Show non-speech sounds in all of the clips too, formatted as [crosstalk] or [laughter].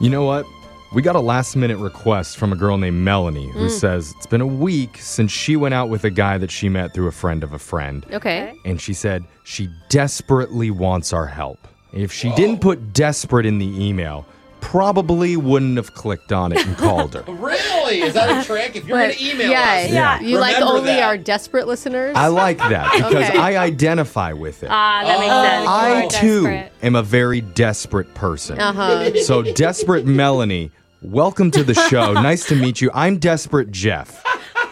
You know what? We got a last minute request from a girl named Melanie who says it's been a week since she went out with a guy that she met through a friend of a friend. Okay. And she said she desperately wants our help. If she didn't put desperate in the email, probably wouldn't have clicked on it and called her. Really? [laughs] Is that a trick? If you're going But to email yeah, us, Yeah. you like Remember only that. our desperate listeners. I like that because Okay. I identify with it. Ah, that Uh, makes sense. I You too are desperate. am a very desperate person. Uh-huh. So, Desperate Melanie, welcome to the [laughs] show. Nice to meet you. I'm Desperate Jeff.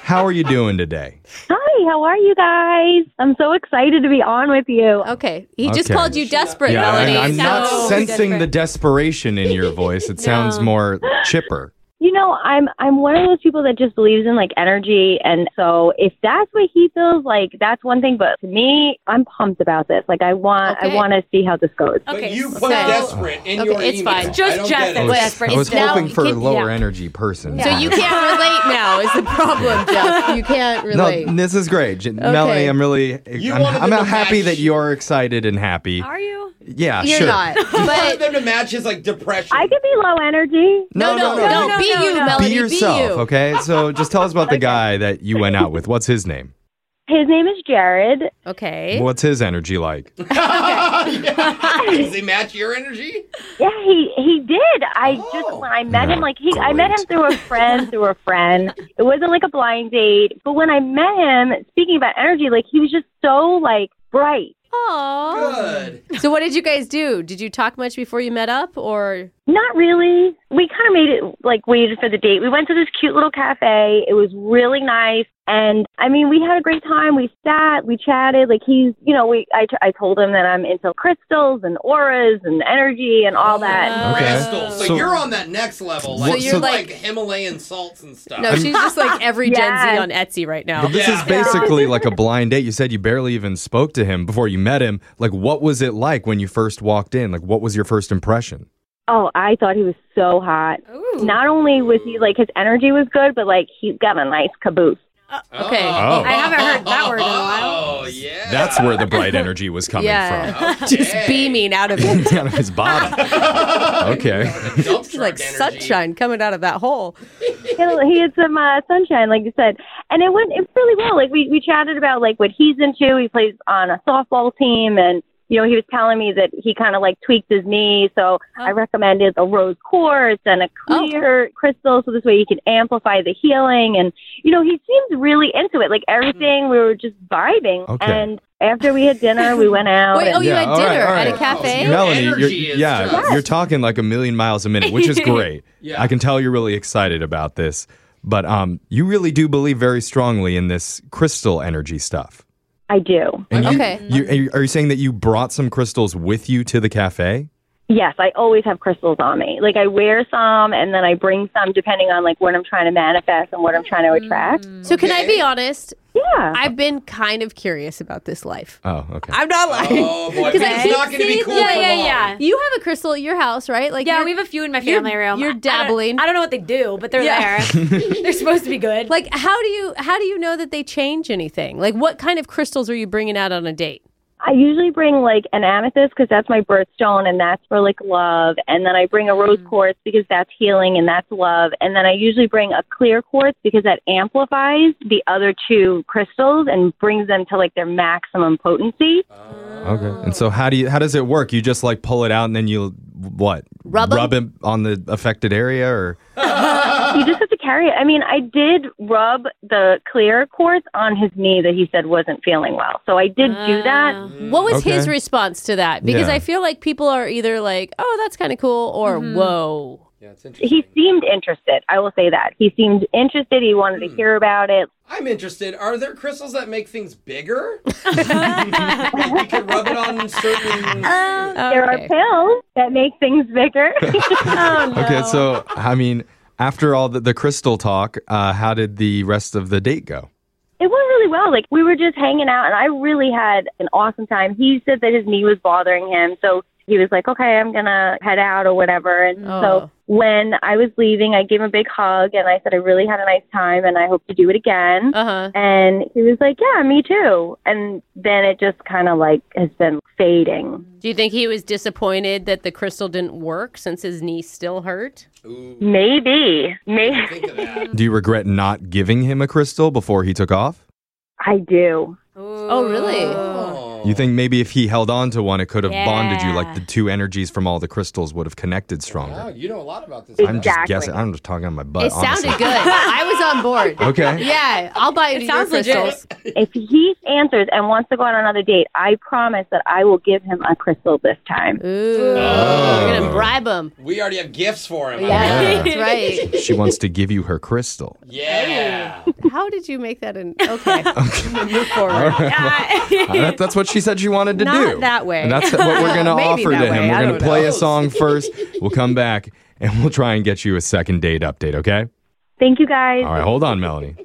How are you doing today? Hi, how are you guys? I'm so excited to be on with you. Okay. He just Okay. called you desperate, yeah, Melanie. I'm, I'm not so- sensing the desperation in [laughs] your voice. It sounds more chipper. You know, I'm I'm one of those people that just believes in like energy and so if that's what he feels like, that's one thing, but to me, I'm pumped about this. Like I want Okay. I want to see how this goes. But Okay, you put so- desperate in Okay, your it's email. fine. Just I don't Jeff get it. I it. Wait, was, desperate I was is now- hoping for a can- lower yeah. energy person. So you can't relate now is the [laughs] problem, Jeff. You can't relate. No, this is great. J- Melanie, I'm really You I'm, wanted I'm them to happy match. that you're excited and happy. Are you? Yeah, You're sure. [laughs] not. I wanted But them to match his like depression. I could be low energy. no, no, no, no, be no, you, no. Be Melanie. yourself, you. okay? So just tell us [laughs] about the guy that you went out with. What's his name? His name is Jared. Okay. What's his energy like? Does he match your energy? Yeah, he he did. I Oh. just when I met him, like he, I Great. met him through a friend, through a friend. It wasn't like a blind date, but when I met him, speaking about energy, like he was just so like bright. Aww. Good. So what did you guys do? Did you talk much before you met up or Not really. We kind of made it like waited for the date. We went to this cute little cafe. It was really nice, and I mean, we had a great time. We sat, we chatted. Like he's, you know, we I, t- I told him that I'm into crystals and auras and energy and all that. Okay. Crystals. So, So- you're on that next level. So Like, you're you're like, like- Himalayan salts and stuff. No, she's just like every Gen Z Yes. on Etsy right now. But this Yeah. is [laughs] basically like a blind date. You said you barely even spoke to him before you met him. Like, what was it like when you first walked in? Like, what was your first impression? Oh, I thought he was so hot. Ooh. Not only was he like his energy was good, but like he's got a nice caboose. okay. Oh. I haven't heard that word in a Oh, while. yeah. [laughs] That's where the bright energy was coming from. yeah. [laughs] from. Just Okay. beaming out of [laughs] it. Down his body. Okay. It's It's like sunshine coming out of that hole. he had, he had some uh, sunshine, like you said, and it went it really well. Like we we chatted about like what he's into. He plays on a softball team, and you know he was telling me that he kind of like tweaked his knee. Oh. So I recommended a rose quartz and a clear crystal, so this way he can amplify the healing. And you know he seemed really into it. Like everything, we were just vibing. Okay. And after we had dinner, we went out. Wait, and- oh, you Yeah, had all right, dinner all at right. a cafe? Your Melanie, you're, energy is yeah, just- you're talking like a million miles a minute, [laughs] which is great. Yeah. I can tell you're really excited about this, but um, you really do believe very strongly in this crystal energy stuff. I do. And you- Okay. You, are, you, are you saying that you brought some crystals with you to the cafe? Yes, I always have crystals on me. Like I wear some and then I bring some depending on like what I'm trying to manifest and what I'm trying to attract. So can I be honest? Yeah. I've been kind of curious about this life. Oh, okay. I'm not lying. [laughs] Oh, boy. Because I It's keep not going to be seeing- cool. Yeah, for yeah, long. yeah. You have a crystal at your house, right? Like Yeah, you're- we have a few in my you're- family room. you're I- I don't- dabbling. I don't, know what they do, but they're Yeah. [laughs] there. they're supposed to be good. Like how do you how do you know that they change anything? Like what kind of crystals are you bringing out on a date? I usually bring like an amethyst because that's my birthstone and that's for like love. And then I bring a rose quartz because that's healing and that's love. And then I usually bring a clear quartz because that amplifies the other two crystals and brings them to like their maximum potency. Okay. And so how do you how does it work? You just like pull it out and then you what? Rub 'em? rub it on the affected area or You just have to carry it. I mean, I did rub the clear quartz on his knee that he said wasn't feeling well. So I did do that. What was Okay. his response to that? Because Yeah. I feel like people are either like, "Oh, that's kind of cool," or "Whoa." Yeah, it's He interesting. seemed interested. I will say that. He seemed interested. He wanted Hmm. to hear about it. I'm interested. Are there crystals that make things bigger? [laughs] Like we could rub it on certain. There are Okay. pills that make things [laughs] bigger. Okay, so I mean, after all the, the crystal talk, uh, how did the rest of the date go? it went really well. Like we were just hanging out, and I really had an awesome time. He said that his knee was bothering him, so he was like, okay, I'm going to head out or whatever. And Oh. so when I was leaving, I gave him a big hug and I said, I really had a nice time and I hope to do it again. Uh huh. And he was like, yeah, me too. And then it just kind of like has been fading. Do you think he was disappointed that the crystal didn't work since his knee still hurt? Ooh, Maybe, maybe think of that. Do you regret not giving him a crystal before he took off? [laughs] I do. Oh, really? Oh. You think maybe if he held on to one, it could have bonded you, like Yeah. the two energies from all the crystals would have connected Wow, stronger. you know a lot about this. I'm Exactly. just guessing. I'm just talking on my butt. it sounded honestly. good. I was on board. Okay. [laughs] Yeah, I'll buy you It your sounds legit. crystals. If he answers and wants to go on another date, I promise that I will give him a crystal this time. Ooh, we're gonna bribe him. We already have gifts for him. Yeah, Yeah. [laughs] that's right. She wants to give you her [laughs] crystal. Yeah. How did you make that? In okay, move forward. Uh, that- that's what she said she wanted to Not do. that way. And that's what we're going to [laughs] Maybe offer that to way. him. I We're going don't to play know. a [laughs] song first. We'll come back and we'll try and get you a second date update, okay? Thank you guys. All right, hold on, Melanie.